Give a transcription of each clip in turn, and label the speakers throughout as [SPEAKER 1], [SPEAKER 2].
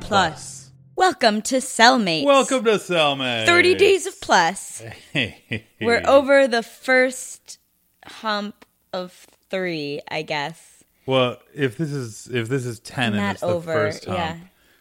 [SPEAKER 1] Plus. Welcome to Cellmates.
[SPEAKER 2] Welcome to Cellmate.
[SPEAKER 1] 30 Days of Plus. We're over the first hump of three, I guess.
[SPEAKER 2] Well, if this is if this is ten
[SPEAKER 1] Not
[SPEAKER 2] and it's
[SPEAKER 1] over,
[SPEAKER 2] the first hump,
[SPEAKER 1] yeah.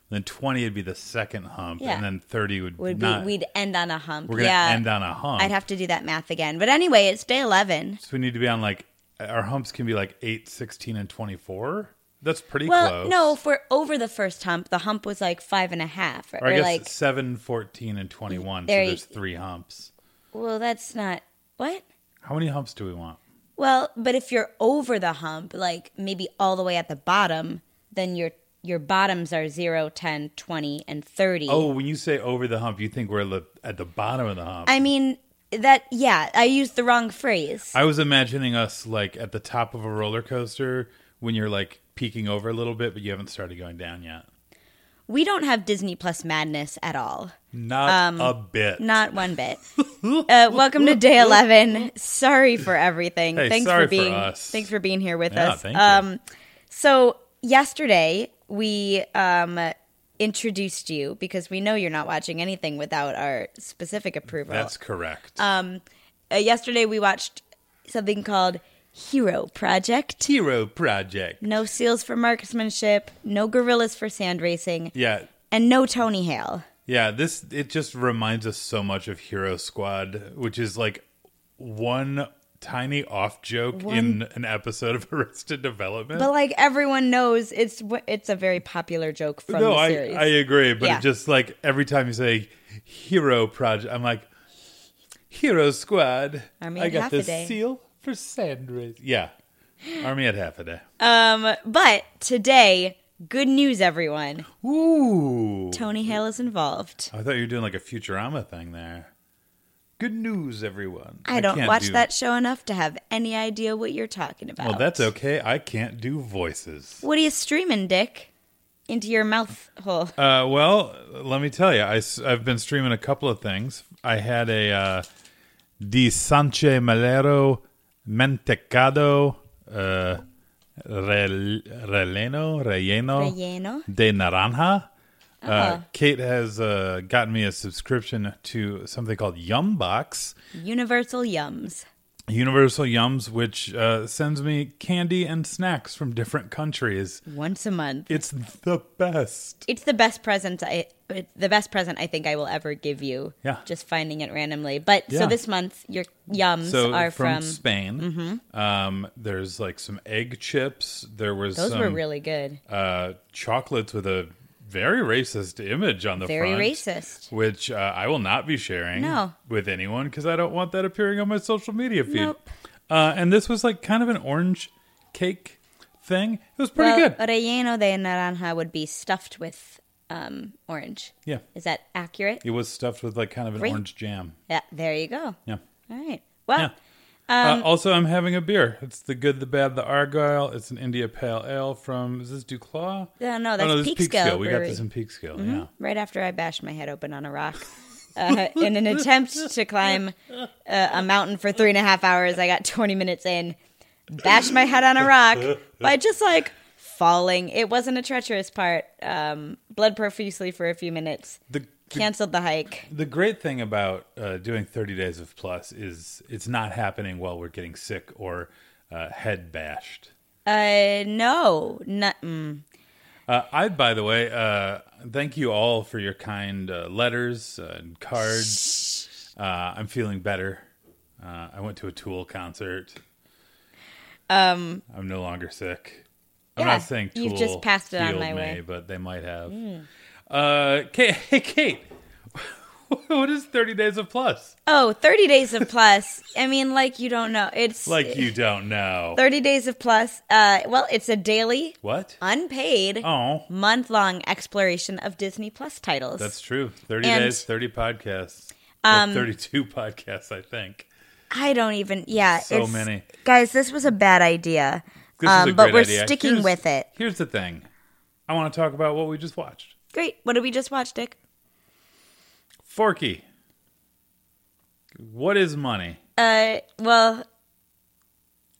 [SPEAKER 2] then twenty would be the second hump,
[SPEAKER 1] Yeah.
[SPEAKER 2] and then thirty would,
[SPEAKER 1] Would be
[SPEAKER 2] not.
[SPEAKER 1] we'd end on a hump.
[SPEAKER 2] we're gonna
[SPEAKER 1] yeah.
[SPEAKER 2] end on a hump.
[SPEAKER 1] I'd have to do that math again. But anyway, it's day 11.
[SPEAKER 2] so we need to be on like our humps can be like 8, 16, and twenty four. That's pretty
[SPEAKER 1] Well,
[SPEAKER 2] close.
[SPEAKER 1] no, if we're over the first hump, the hump was like five and a half. Right?
[SPEAKER 2] or I
[SPEAKER 1] We're
[SPEAKER 2] guess
[SPEAKER 1] like,
[SPEAKER 2] 7, 14, and twenty one. So
[SPEAKER 1] There you-
[SPEAKER 2] there's three humps.
[SPEAKER 1] well, that's not what.
[SPEAKER 2] How many humps do we want?
[SPEAKER 1] Well, but if you're over the hump, like maybe all the way at the bottom, then your your bottoms are 0, 10, 20, and 30.
[SPEAKER 2] Oh, when you say over the hump, you think we're li- at the bottom of the hump.
[SPEAKER 1] I mean, that, yeah, I used the wrong phrase.
[SPEAKER 2] I was imagining us like at the top of a roller coaster when you're like peeking over a little bit, but you haven't started going down yet.
[SPEAKER 1] we don't have Disney Plus madness at all.
[SPEAKER 2] Not a bit.
[SPEAKER 1] Um, Not one bit. uh, welcome to day eleven. Sorry for everything.
[SPEAKER 2] Hey,
[SPEAKER 1] thanks
[SPEAKER 2] sorry
[SPEAKER 1] for
[SPEAKER 2] for
[SPEAKER 1] being
[SPEAKER 2] us.
[SPEAKER 1] thanks for being here with
[SPEAKER 2] Yeah,
[SPEAKER 1] us. Uh,
[SPEAKER 2] thank you.
[SPEAKER 1] um, so yesterday we um, introduced you because we know you're not watching anything without our specific approval.
[SPEAKER 2] That's correct.
[SPEAKER 1] uh, yesterday we watched something called Hero Project.
[SPEAKER 2] Hero Project.
[SPEAKER 1] No seals for marksmanship. No gorillas for sand racing.
[SPEAKER 2] Yeah.
[SPEAKER 1] And no Tony Hale.
[SPEAKER 2] Yeah, this it just reminds us so much of Hero Squad, which is like one tiny off joke in an episode of Arrested Development.
[SPEAKER 1] But like everyone knows, it's it's a very popular joke from
[SPEAKER 2] no,
[SPEAKER 1] the
[SPEAKER 2] I,
[SPEAKER 1] series.
[SPEAKER 2] I agree, but
[SPEAKER 1] Yeah.
[SPEAKER 2] it just like every time you say Hero Project, I'm like Hero Squad.
[SPEAKER 1] Army
[SPEAKER 2] I
[SPEAKER 1] at
[SPEAKER 2] got
[SPEAKER 1] half a
[SPEAKER 2] this
[SPEAKER 1] day.
[SPEAKER 2] seal for sand race. Yeah, Army at half a day.
[SPEAKER 1] but today, good news, everyone.
[SPEAKER 2] Ooh,
[SPEAKER 1] Tony Hale is involved.
[SPEAKER 2] I thought you were doing like a Futurama thing there. Good news, everyone.
[SPEAKER 1] I don't
[SPEAKER 2] can't
[SPEAKER 1] watch
[SPEAKER 2] do-
[SPEAKER 1] that show enough to have any idea what you're talking about.
[SPEAKER 2] Well, that's okay. I can't do voices.
[SPEAKER 1] What are you streaming, Dick? Into your mouth hole.
[SPEAKER 2] Uh, well, let me tell you, I, have been streaming a couple of things. I had a uh, Di Sanche Malero Mentecado uh, rel- Releno, Relleno
[SPEAKER 1] Relleno?
[SPEAKER 2] de Naranja. Uh, Kate has uh, gotten me a subscription to something called Yumbox.
[SPEAKER 1] Universal Yums.
[SPEAKER 2] Universal Yums, which uh, sends me candy and snacks from different countries.
[SPEAKER 1] Once a month.
[SPEAKER 2] It's the best.
[SPEAKER 1] It's the best present I it's the best present I think I will ever give you.
[SPEAKER 2] Yeah.
[SPEAKER 1] Just finding it randomly. But so
[SPEAKER 2] Yeah.
[SPEAKER 1] this month your yums
[SPEAKER 2] So
[SPEAKER 1] are
[SPEAKER 2] from,
[SPEAKER 1] from, Mm-hmm.
[SPEAKER 2] Spain. Um, there's like some egg chips. There was
[SPEAKER 1] those
[SPEAKER 2] some
[SPEAKER 1] were really good.
[SPEAKER 2] uh, chocolates with a very racist image on the
[SPEAKER 1] Very
[SPEAKER 2] front.
[SPEAKER 1] racist.
[SPEAKER 2] Which uh, I will not be sharing
[SPEAKER 1] No.
[SPEAKER 2] with anyone because I don't want that appearing on my social media feed.
[SPEAKER 1] Nope.
[SPEAKER 2] Uh, and this was like kind of an orange cake thing. It was pretty
[SPEAKER 1] well,
[SPEAKER 2] good.
[SPEAKER 1] Relleno de naranja would be stuffed with um, orange.
[SPEAKER 2] yeah.
[SPEAKER 1] Is that accurate?
[SPEAKER 2] It was stuffed with like kind of an
[SPEAKER 1] Great.
[SPEAKER 2] orange jam.
[SPEAKER 1] Yeah. There you go.
[SPEAKER 2] Yeah.
[SPEAKER 1] All right. Well,
[SPEAKER 2] Yeah.
[SPEAKER 1] um,
[SPEAKER 2] uh, also, I'm having a beer. It's the good, the bad, the Argyle. It's an India Pale Ale from is this Duclaw?
[SPEAKER 1] No, no, that's Peekskill
[SPEAKER 2] We got
[SPEAKER 1] Brewery. Mm-hmm.
[SPEAKER 2] this in Peekskill. Yeah.
[SPEAKER 1] right after I bashed my head open on a rock uh, in an attempt to climb uh, a mountain for three and a half hours, I got 20 minutes in, bashed my head on a rock by just like falling. It wasn't a treacherous part. Um, bled profusely for a few minutes.
[SPEAKER 2] The, the
[SPEAKER 1] Canceled the hike.
[SPEAKER 2] the great thing about uh, doing 30 days of plus is it's not happening while we're getting sick or uh, head bashed.
[SPEAKER 1] Uh, no, not. Mm.
[SPEAKER 2] Uh, I, by the way, uh, thank you all for your kind uh, letters uh, and cards. Uh, I'm feeling better. Uh, I went to a Tool concert. Um, I'm no longer sick. I'm
[SPEAKER 1] Yeah,
[SPEAKER 2] not saying Tool
[SPEAKER 1] you've just passed it on
[SPEAKER 2] healed
[SPEAKER 1] my
[SPEAKER 2] me,
[SPEAKER 1] way. Hmm.
[SPEAKER 2] but they might have. Uh, Kate, hey Kate, what is 30 Days of Plus?
[SPEAKER 1] Oh, 30 days of plus. I mean, like you don't know. It's
[SPEAKER 2] Like you don't know
[SPEAKER 1] 30 days of plus. Uh, well, it's a daily,
[SPEAKER 2] what?
[SPEAKER 1] unpaid,
[SPEAKER 2] Oh,
[SPEAKER 1] month long exploration of Disney Plus titles.
[SPEAKER 2] that's true. 30
[SPEAKER 1] And-
[SPEAKER 2] days, 30 podcasts, um, 32 podcasts, I think.
[SPEAKER 1] I don't even. Yeah,
[SPEAKER 2] So many.
[SPEAKER 1] guys. This was a bad idea,
[SPEAKER 2] This
[SPEAKER 1] um,
[SPEAKER 2] is a
[SPEAKER 1] but
[SPEAKER 2] great
[SPEAKER 1] we're
[SPEAKER 2] idea.
[SPEAKER 1] sticking
[SPEAKER 2] Here's-
[SPEAKER 1] with it.
[SPEAKER 2] Here's the thing. I want to talk about what we just watched.
[SPEAKER 1] Great. What did we just watch, Dick?
[SPEAKER 2] Forky. What is money?
[SPEAKER 1] Uh, well,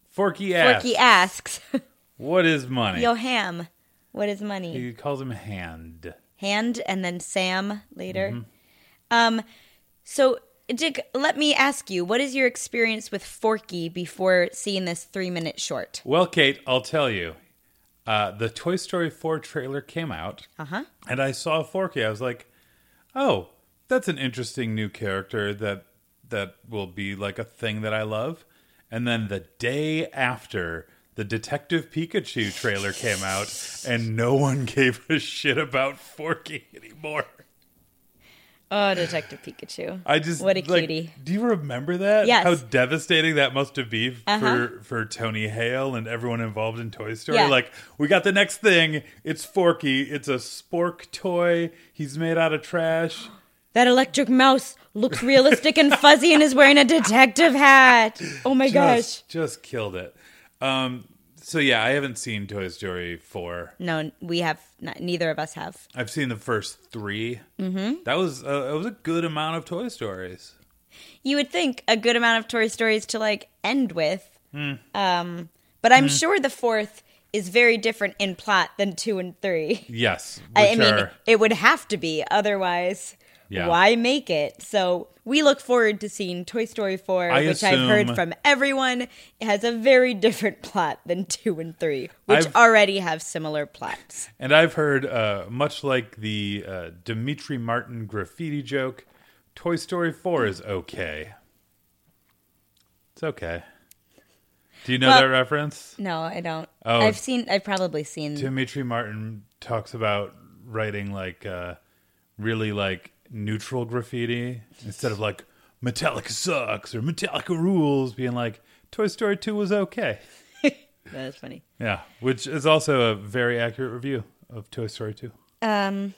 [SPEAKER 2] Forky ass.
[SPEAKER 1] Forky asks
[SPEAKER 2] What is money?
[SPEAKER 1] Yo Ham, what is money?
[SPEAKER 2] He calls him hand.
[SPEAKER 1] hand and then Sam later. Um, so, Dick, let me ask you, what is your experience with Forky before seeing this three minute short?
[SPEAKER 2] Well, Kate, I'll tell you. Uh, the Toy Story 4 trailer came out,
[SPEAKER 1] Uh huh.
[SPEAKER 2] and I saw Forky. I was like, "Oh, that's an interesting new character that that will be like a thing that I love." And then the day after, the Detective Pikachu trailer came out, and no one gave a shit about Forky anymore.
[SPEAKER 1] Oh, Detective Pikachu.
[SPEAKER 2] I just
[SPEAKER 1] What a
[SPEAKER 2] like,
[SPEAKER 1] cutie.
[SPEAKER 2] Do you remember that?
[SPEAKER 1] Yes.
[SPEAKER 2] How devastating that must have been for
[SPEAKER 1] Uh-huh.
[SPEAKER 2] for Tony Hale and everyone involved in Toy Story.
[SPEAKER 1] Yeah.
[SPEAKER 2] Like, we got the next thing. It's Forky. It's a spork toy. He's made out of trash.
[SPEAKER 1] That electric mouse looks realistic and fuzzy and is wearing a detective hat. Oh my gosh.
[SPEAKER 2] Just, just killed it. Um. So yeah, I haven't seen Toy Story four.
[SPEAKER 1] No, we have not, neither of us have.
[SPEAKER 2] I've seen the first three. Mm-hmm. That was uh, that was a good amount of Toy Stories.
[SPEAKER 1] You would think a good amount of Toy Stories to like end with. Um, but I'm sure the fourth is very different in plot than two and three.
[SPEAKER 2] Yes.
[SPEAKER 1] I, I
[SPEAKER 2] which
[SPEAKER 1] mean,
[SPEAKER 2] are-
[SPEAKER 1] it would have to be. Otherwise,
[SPEAKER 2] Yeah.
[SPEAKER 1] why make it? So we look forward to seeing Toy Story 4,
[SPEAKER 2] I
[SPEAKER 1] which I've heard
[SPEAKER 2] assume-
[SPEAKER 1] from everyone has a very different plot than 2 and 3, which
[SPEAKER 2] I've-
[SPEAKER 1] already have similar plots.
[SPEAKER 2] And I've heard, uh, much like the uh, Dimitri Martin graffiti joke, Toy Story 4 is okay. It's okay. Do you know
[SPEAKER 1] Well-
[SPEAKER 2] that reference?
[SPEAKER 1] No, I don't.
[SPEAKER 2] Oh.
[SPEAKER 1] I've seen, I've probably seen.
[SPEAKER 2] Dimitri Martin talks about writing like uh, really like neutral graffiti instead of like Metallica sucks or Metallica rules, being like Toy Story 2 was okay.
[SPEAKER 1] That's funny.
[SPEAKER 2] Yeah, which is also a very accurate review of Toy Story 2.
[SPEAKER 1] Um,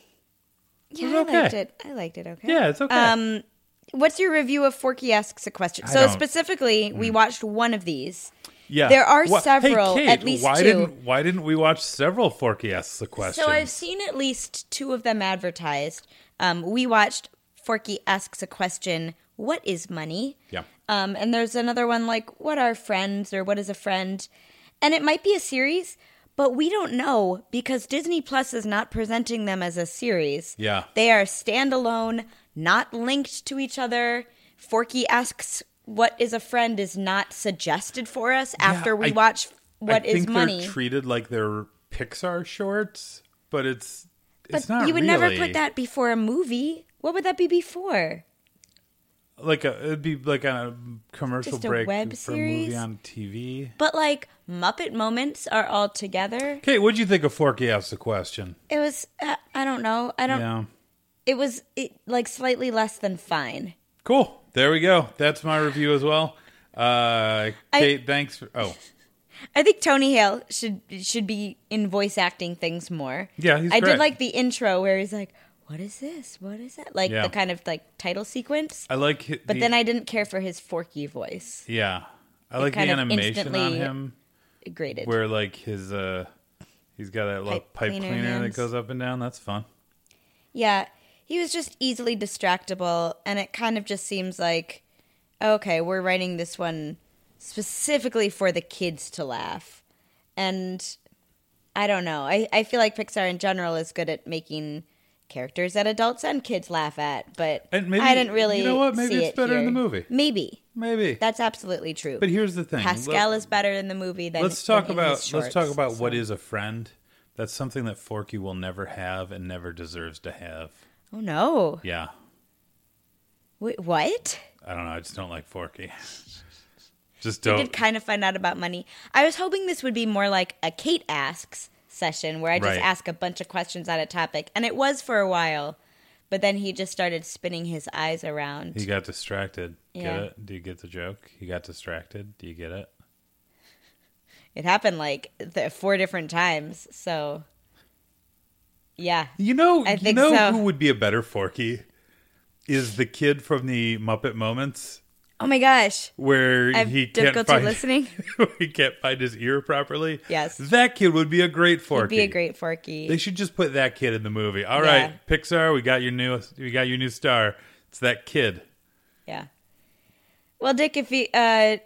[SPEAKER 1] yeah,
[SPEAKER 2] was
[SPEAKER 1] I liked
[SPEAKER 2] okay.
[SPEAKER 1] it. I liked it. Okay.
[SPEAKER 2] Yeah, it's okay.
[SPEAKER 1] Um, what's your review of Forky asks a question?
[SPEAKER 2] I
[SPEAKER 1] So
[SPEAKER 2] don't- Mm.
[SPEAKER 1] specifically, we watched one of these.
[SPEAKER 2] Yeah,
[SPEAKER 1] There are
[SPEAKER 2] Wha-
[SPEAKER 1] several,
[SPEAKER 2] Hey, Kate,
[SPEAKER 1] at least
[SPEAKER 2] why
[SPEAKER 1] two.
[SPEAKER 2] Didn't, why didn't we watch several Forky asks the question?
[SPEAKER 1] So I've seen at least two of them advertised. Um, we watched Forky asks a question, "What is money?"
[SPEAKER 2] yeah,
[SPEAKER 1] Um, and there's another one like, "What are friends?" or "What is a friend?" And it might be a series, but we don't know because Disney Plus is not presenting them as a series.
[SPEAKER 2] Yeah.
[SPEAKER 1] they are standalone, not linked to each other. Forky asks, "What is a friend?" is not suggested for us after we
[SPEAKER 2] I-
[SPEAKER 1] watch. What
[SPEAKER 2] I
[SPEAKER 1] is
[SPEAKER 2] think
[SPEAKER 1] money?
[SPEAKER 2] They're treated like they're Pixar shorts, but it's it's
[SPEAKER 1] But
[SPEAKER 2] not.
[SPEAKER 1] you would never
[SPEAKER 2] really.
[SPEAKER 1] put that before a movie. What would that be before?
[SPEAKER 2] like a, it'd be like a commercial
[SPEAKER 1] Just a
[SPEAKER 2] break
[SPEAKER 1] web
[SPEAKER 2] for a movie
[SPEAKER 1] series?
[SPEAKER 2] on TV.
[SPEAKER 1] But like Muppet moments are all together.
[SPEAKER 2] Kate, what'd you think of Forky asks the question?
[SPEAKER 1] It was uh, I don't know. I don't.
[SPEAKER 2] Yeah,
[SPEAKER 1] It was it, like slightly less than fine.
[SPEAKER 2] cool. There we go. That's my review as well. Uh,
[SPEAKER 1] I-
[SPEAKER 2] Kate, thanks. For, oh,
[SPEAKER 1] I think Tony Hale should should be in voice acting things more.
[SPEAKER 2] Yeah, he's
[SPEAKER 1] I
[SPEAKER 2] great.
[SPEAKER 1] did like the intro where he's like, "What is this? What is that?" Like
[SPEAKER 2] Yeah.
[SPEAKER 1] the kind of like title sequence.
[SPEAKER 2] I like. hi-
[SPEAKER 1] But
[SPEAKER 2] the,
[SPEAKER 1] then I didn't care for his forky voice.
[SPEAKER 2] yeah, I like the
[SPEAKER 1] kind of
[SPEAKER 2] animation on
[SPEAKER 1] instantly-
[SPEAKER 2] him.
[SPEAKER 1] It Graded.
[SPEAKER 2] where like his uh he's got that little
[SPEAKER 1] Pipe
[SPEAKER 2] pipe
[SPEAKER 1] cleaner
[SPEAKER 2] cleaner that
[SPEAKER 1] hands.
[SPEAKER 2] goes up and down that's fun
[SPEAKER 1] Yeah, he was just easily distractible, and it kind of just seems like, okay, we're writing this one specifically for the kids to laugh. And I don't know. I, I feel like Pixar in general is good at making characters that adults and kids laugh at, but
[SPEAKER 2] And maybe-
[SPEAKER 1] I didn't really.
[SPEAKER 2] you know what? Maybe
[SPEAKER 1] see
[SPEAKER 2] it's
[SPEAKER 1] it
[SPEAKER 2] better in
[SPEAKER 1] here.
[SPEAKER 2] the movie.
[SPEAKER 1] Maybe
[SPEAKER 2] maybe
[SPEAKER 1] that's absolutely true.
[SPEAKER 2] but here's the thing
[SPEAKER 1] Pascal
[SPEAKER 2] Let,
[SPEAKER 1] is better in the movie than
[SPEAKER 2] let's talk
[SPEAKER 1] than in his
[SPEAKER 2] about let's
[SPEAKER 1] shorts,
[SPEAKER 2] talk about what
[SPEAKER 1] so-
[SPEAKER 2] is a friend that's something that forky will never have and never deserves to have
[SPEAKER 1] Oh no!
[SPEAKER 2] yeah
[SPEAKER 1] Wait, what?
[SPEAKER 2] i don't know i just don't like forky just
[SPEAKER 1] I
[SPEAKER 2] don't
[SPEAKER 1] did kind of find out about money. I was hoping this would be more like a Kate asks session where I just
[SPEAKER 2] Right.
[SPEAKER 1] ask a bunch of questions on a topic, and it was for a while, but then he just started spinning his eyes around.
[SPEAKER 2] he got distracted get
[SPEAKER 1] Yeah.
[SPEAKER 2] it do you get the joke he got distracted do you get it
[SPEAKER 1] It happened like th- four different times, so yeah.
[SPEAKER 2] You know,
[SPEAKER 1] I
[SPEAKER 2] you
[SPEAKER 1] think
[SPEAKER 2] know
[SPEAKER 1] so.
[SPEAKER 2] who would be a better Forky is the kid from the Muppet Moments
[SPEAKER 1] Oh my gosh,
[SPEAKER 2] where
[SPEAKER 1] I have
[SPEAKER 2] he can't
[SPEAKER 1] difficulty
[SPEAKER 2] find
[SPEAKER 1] listening.
[SPEAKER 2] he can't find his ear properly.
[SPEAKER 1] Yes.
[SPEAKER 2] that kid would be a great Forky.
[SPEAKER 1] It'd be a great Forky.
[SPEAKER 2] They should just put that kid in the movie. All
[SPEAKER 1] Yeah.
[SPEAKER 2] right, Pixar, we got your new we got your new star. It's that kid.
[SPEAKER 1] yeah. Well, Dick, if you uh,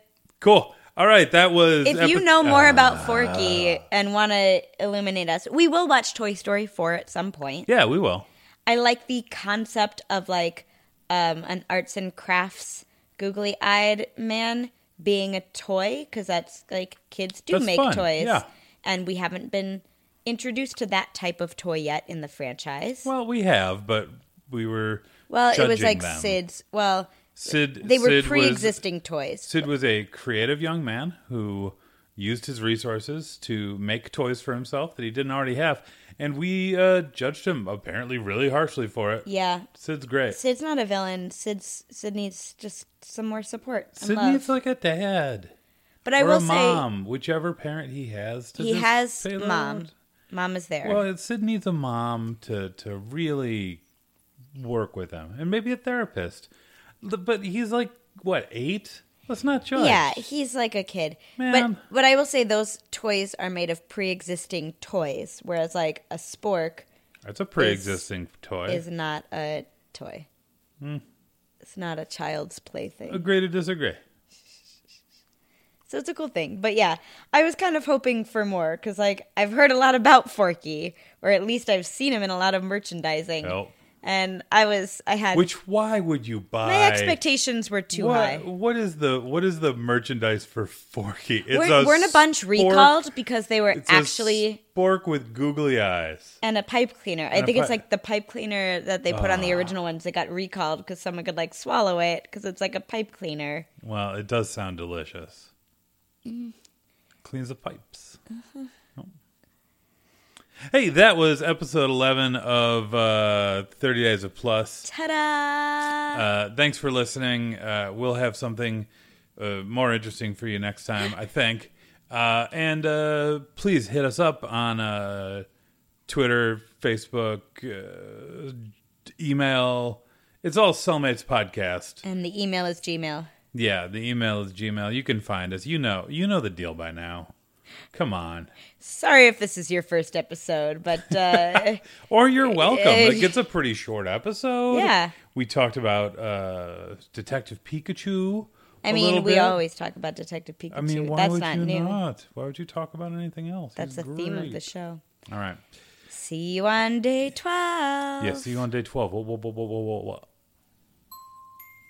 [SPEAKER 2] Cool. All right, that was.
[SPEAKER 1] If you
[SPEAKER 2] epi-
[SPEAKER 1] know more
[SPEAKER 2] Uh,
[SPEAKER 1] about Forky and want to illuminate us, we will watch Toy Story 4 at some point.
[SPEAKER 2] yeah, we will.
[SPEAKER 1] I like the concept of like um, an arts and crafts googly eyed man being a toy because that's like kids do
[SPEAKER 2] That's
[SPEAKER 1] make
[SPEAKER 2] fun,
[SPEAKER 1] toys.
[SPEAKER 2] yeah.
[SPEAKER 1] And we haven't been introduced to that type of toy yet in the franchise. Well,
[SPEAKER 2] Well, we have, but we were.
[SPEAKER 1] it was
[SPEAKER 2] judging
[SPEAKER 1] like
[SPEAKER 2] them.
[SPEAKER 1] Sid's. Well,
[SPEAKER 2] Sid.
[SPEAKER 1] they were
[SPEAKER 2] Sid was-
[SPEAKER 1] pre existing toys.
[SPEAKER 2] Sid was a creative young man who used his resources to make toys for himself that he didn't already have, and we uh, judged him apparently really harshly for it.
[SPEAKER 1] Yeah.
[SPEAKER 2] Sid's great.
[SPEAKER 1] Sid's not a villain. Sid's Sid needs just some more support. and
[SPEAKER 2] Sid
[SPEAKER 1] love.
[SPEAKER 2] needs like a dad
[SPEAKER 1] But I
[SPEAKER 2] or
[SPEAKER 1] will
[SPEAKER 2] a mom, whichever parent he has. To
[SPEAKER 1] say he
[SPEAKER 2] just
[SPEAKER 1] has
[SPEAKER 2] say,
[SPEAKER 1] mom. Mom is there.
[SPEAKER 2] Well, it's- Sid needs a mom to to really work with him, and maybe a therapist. L- But he's like what eight? Let's not judge.
[SPEAKER 1] yeah, he's like a kid.
[SPEAKER 2] Man.
[SPEAKER 1] But but I will say those toys are made of pre-existing toys, whereas like a spork
[SPEAKER 2] that's a pre-existing toy.
[SPEAKER 1] is not a toy.
[SPEAKER 2] Hmm.
[SPEAKER 1] It's not a child's plaything.
[SPEAKER 2] Agree to disagree.
[SPEAKER 1] So it's a cool thing. But yeah, I was kind of hoping for more because like I've heard a lot about Forky, or at least I've seen him in a lot of merchandising.
[SPEAKER 2] Well.
[SPEAKER 1] And I was I had
[SPEAKER 2] Uh, Which why would you buy?
[SPEAKER 1] my expectations were too
[SPEAKER 2] what,
[SPEAKER 1] high.
[SPEAKER 2] What is the what is the merchandise for Forky? It's
[SPEAKER 1] We're, we're in a bunch
[SPEAKER 2] spork-
[SPEAKER 1] recalled because they were
[SPEAKER 2] it's a
[SPEAKER 1] actually
[SPEAKER 2] spork with googly eyes.
[SPEAKER 1] and a pipe cleaner. I
[SPEAKER 2] a Ah.
[SPEAKER 1] think it's
[SPEAKER 2] pi-
[SPEAKER 1] like the pipe cleaner that they put on the original ones that got recalled because someone could like swallow it because it's like a pipe cleaner.
[SPEAKER 2] Well, it does sound delicious. Cleans the pipes. Oh. Hey, that was episode 11 of uh, 30 Days of Plus.
[SPEAKER 1] Ta-da!
[SPEAKER 2] Uh, thanks for listening. Uh, we'll have something uh, more interesting for you next time, I think. Uh, and uh, please hit us up on uh, Twitter, Facebook, uh, email. It's all Cellmates Podcast.
[SPEAKER 1] and the email is Gmail.
[SPEAKER 2] Yeah, the email is Gmail. You can find us. You know, you know the deal by now. Come on.
[SPEAKER 1] Sorry if this is your first episode, but uh,
[SPEAKER 2] Or you're welcome.
[SPEAKER 1] Eh.
[SPEAKER 2] It gets a pretty short episode.
[SPEAKER 1] Yeah.
[SPEAKER 2] We talked about uh Detective Pikachu.
[SPEAKER 1] I
[SPEAKER 2] a
[SPEAKER 1] mean,
[SPEAKER 2] little
[SPEAKER 1] we
[SPEAKER 2] bit.
[SPEAKER 1] always talk about Detective Pikachu.
[SPEAKER 2] I mean, why
[SPEAKER 1] That's
[SPEAKER 2] would
[SPEAKER 1] not
[SPEAKER 2] you
[SPEAKER 1] new.
[SPEAKER 2] not? Why would you talk about anything else?
[SPEAKER 1] That's the
[SPEAKER 2] He's
[SPEAKER 1] theme of the
[SPEAKER 2] great.
[SPEAKER 1] show.
[SPEAKER 2] All right.
[SPEAKER 1] See you on day 12.
[SPEAKER 2] Yeah, see you on day 12. Whoa, whoa, whoa, whoa, whoa, whoa, whoa.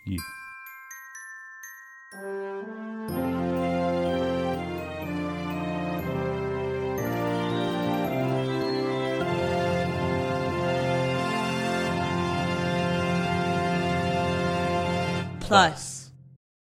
[SPEAKER 2] Yeah.
[SPEAKER 1] Plus.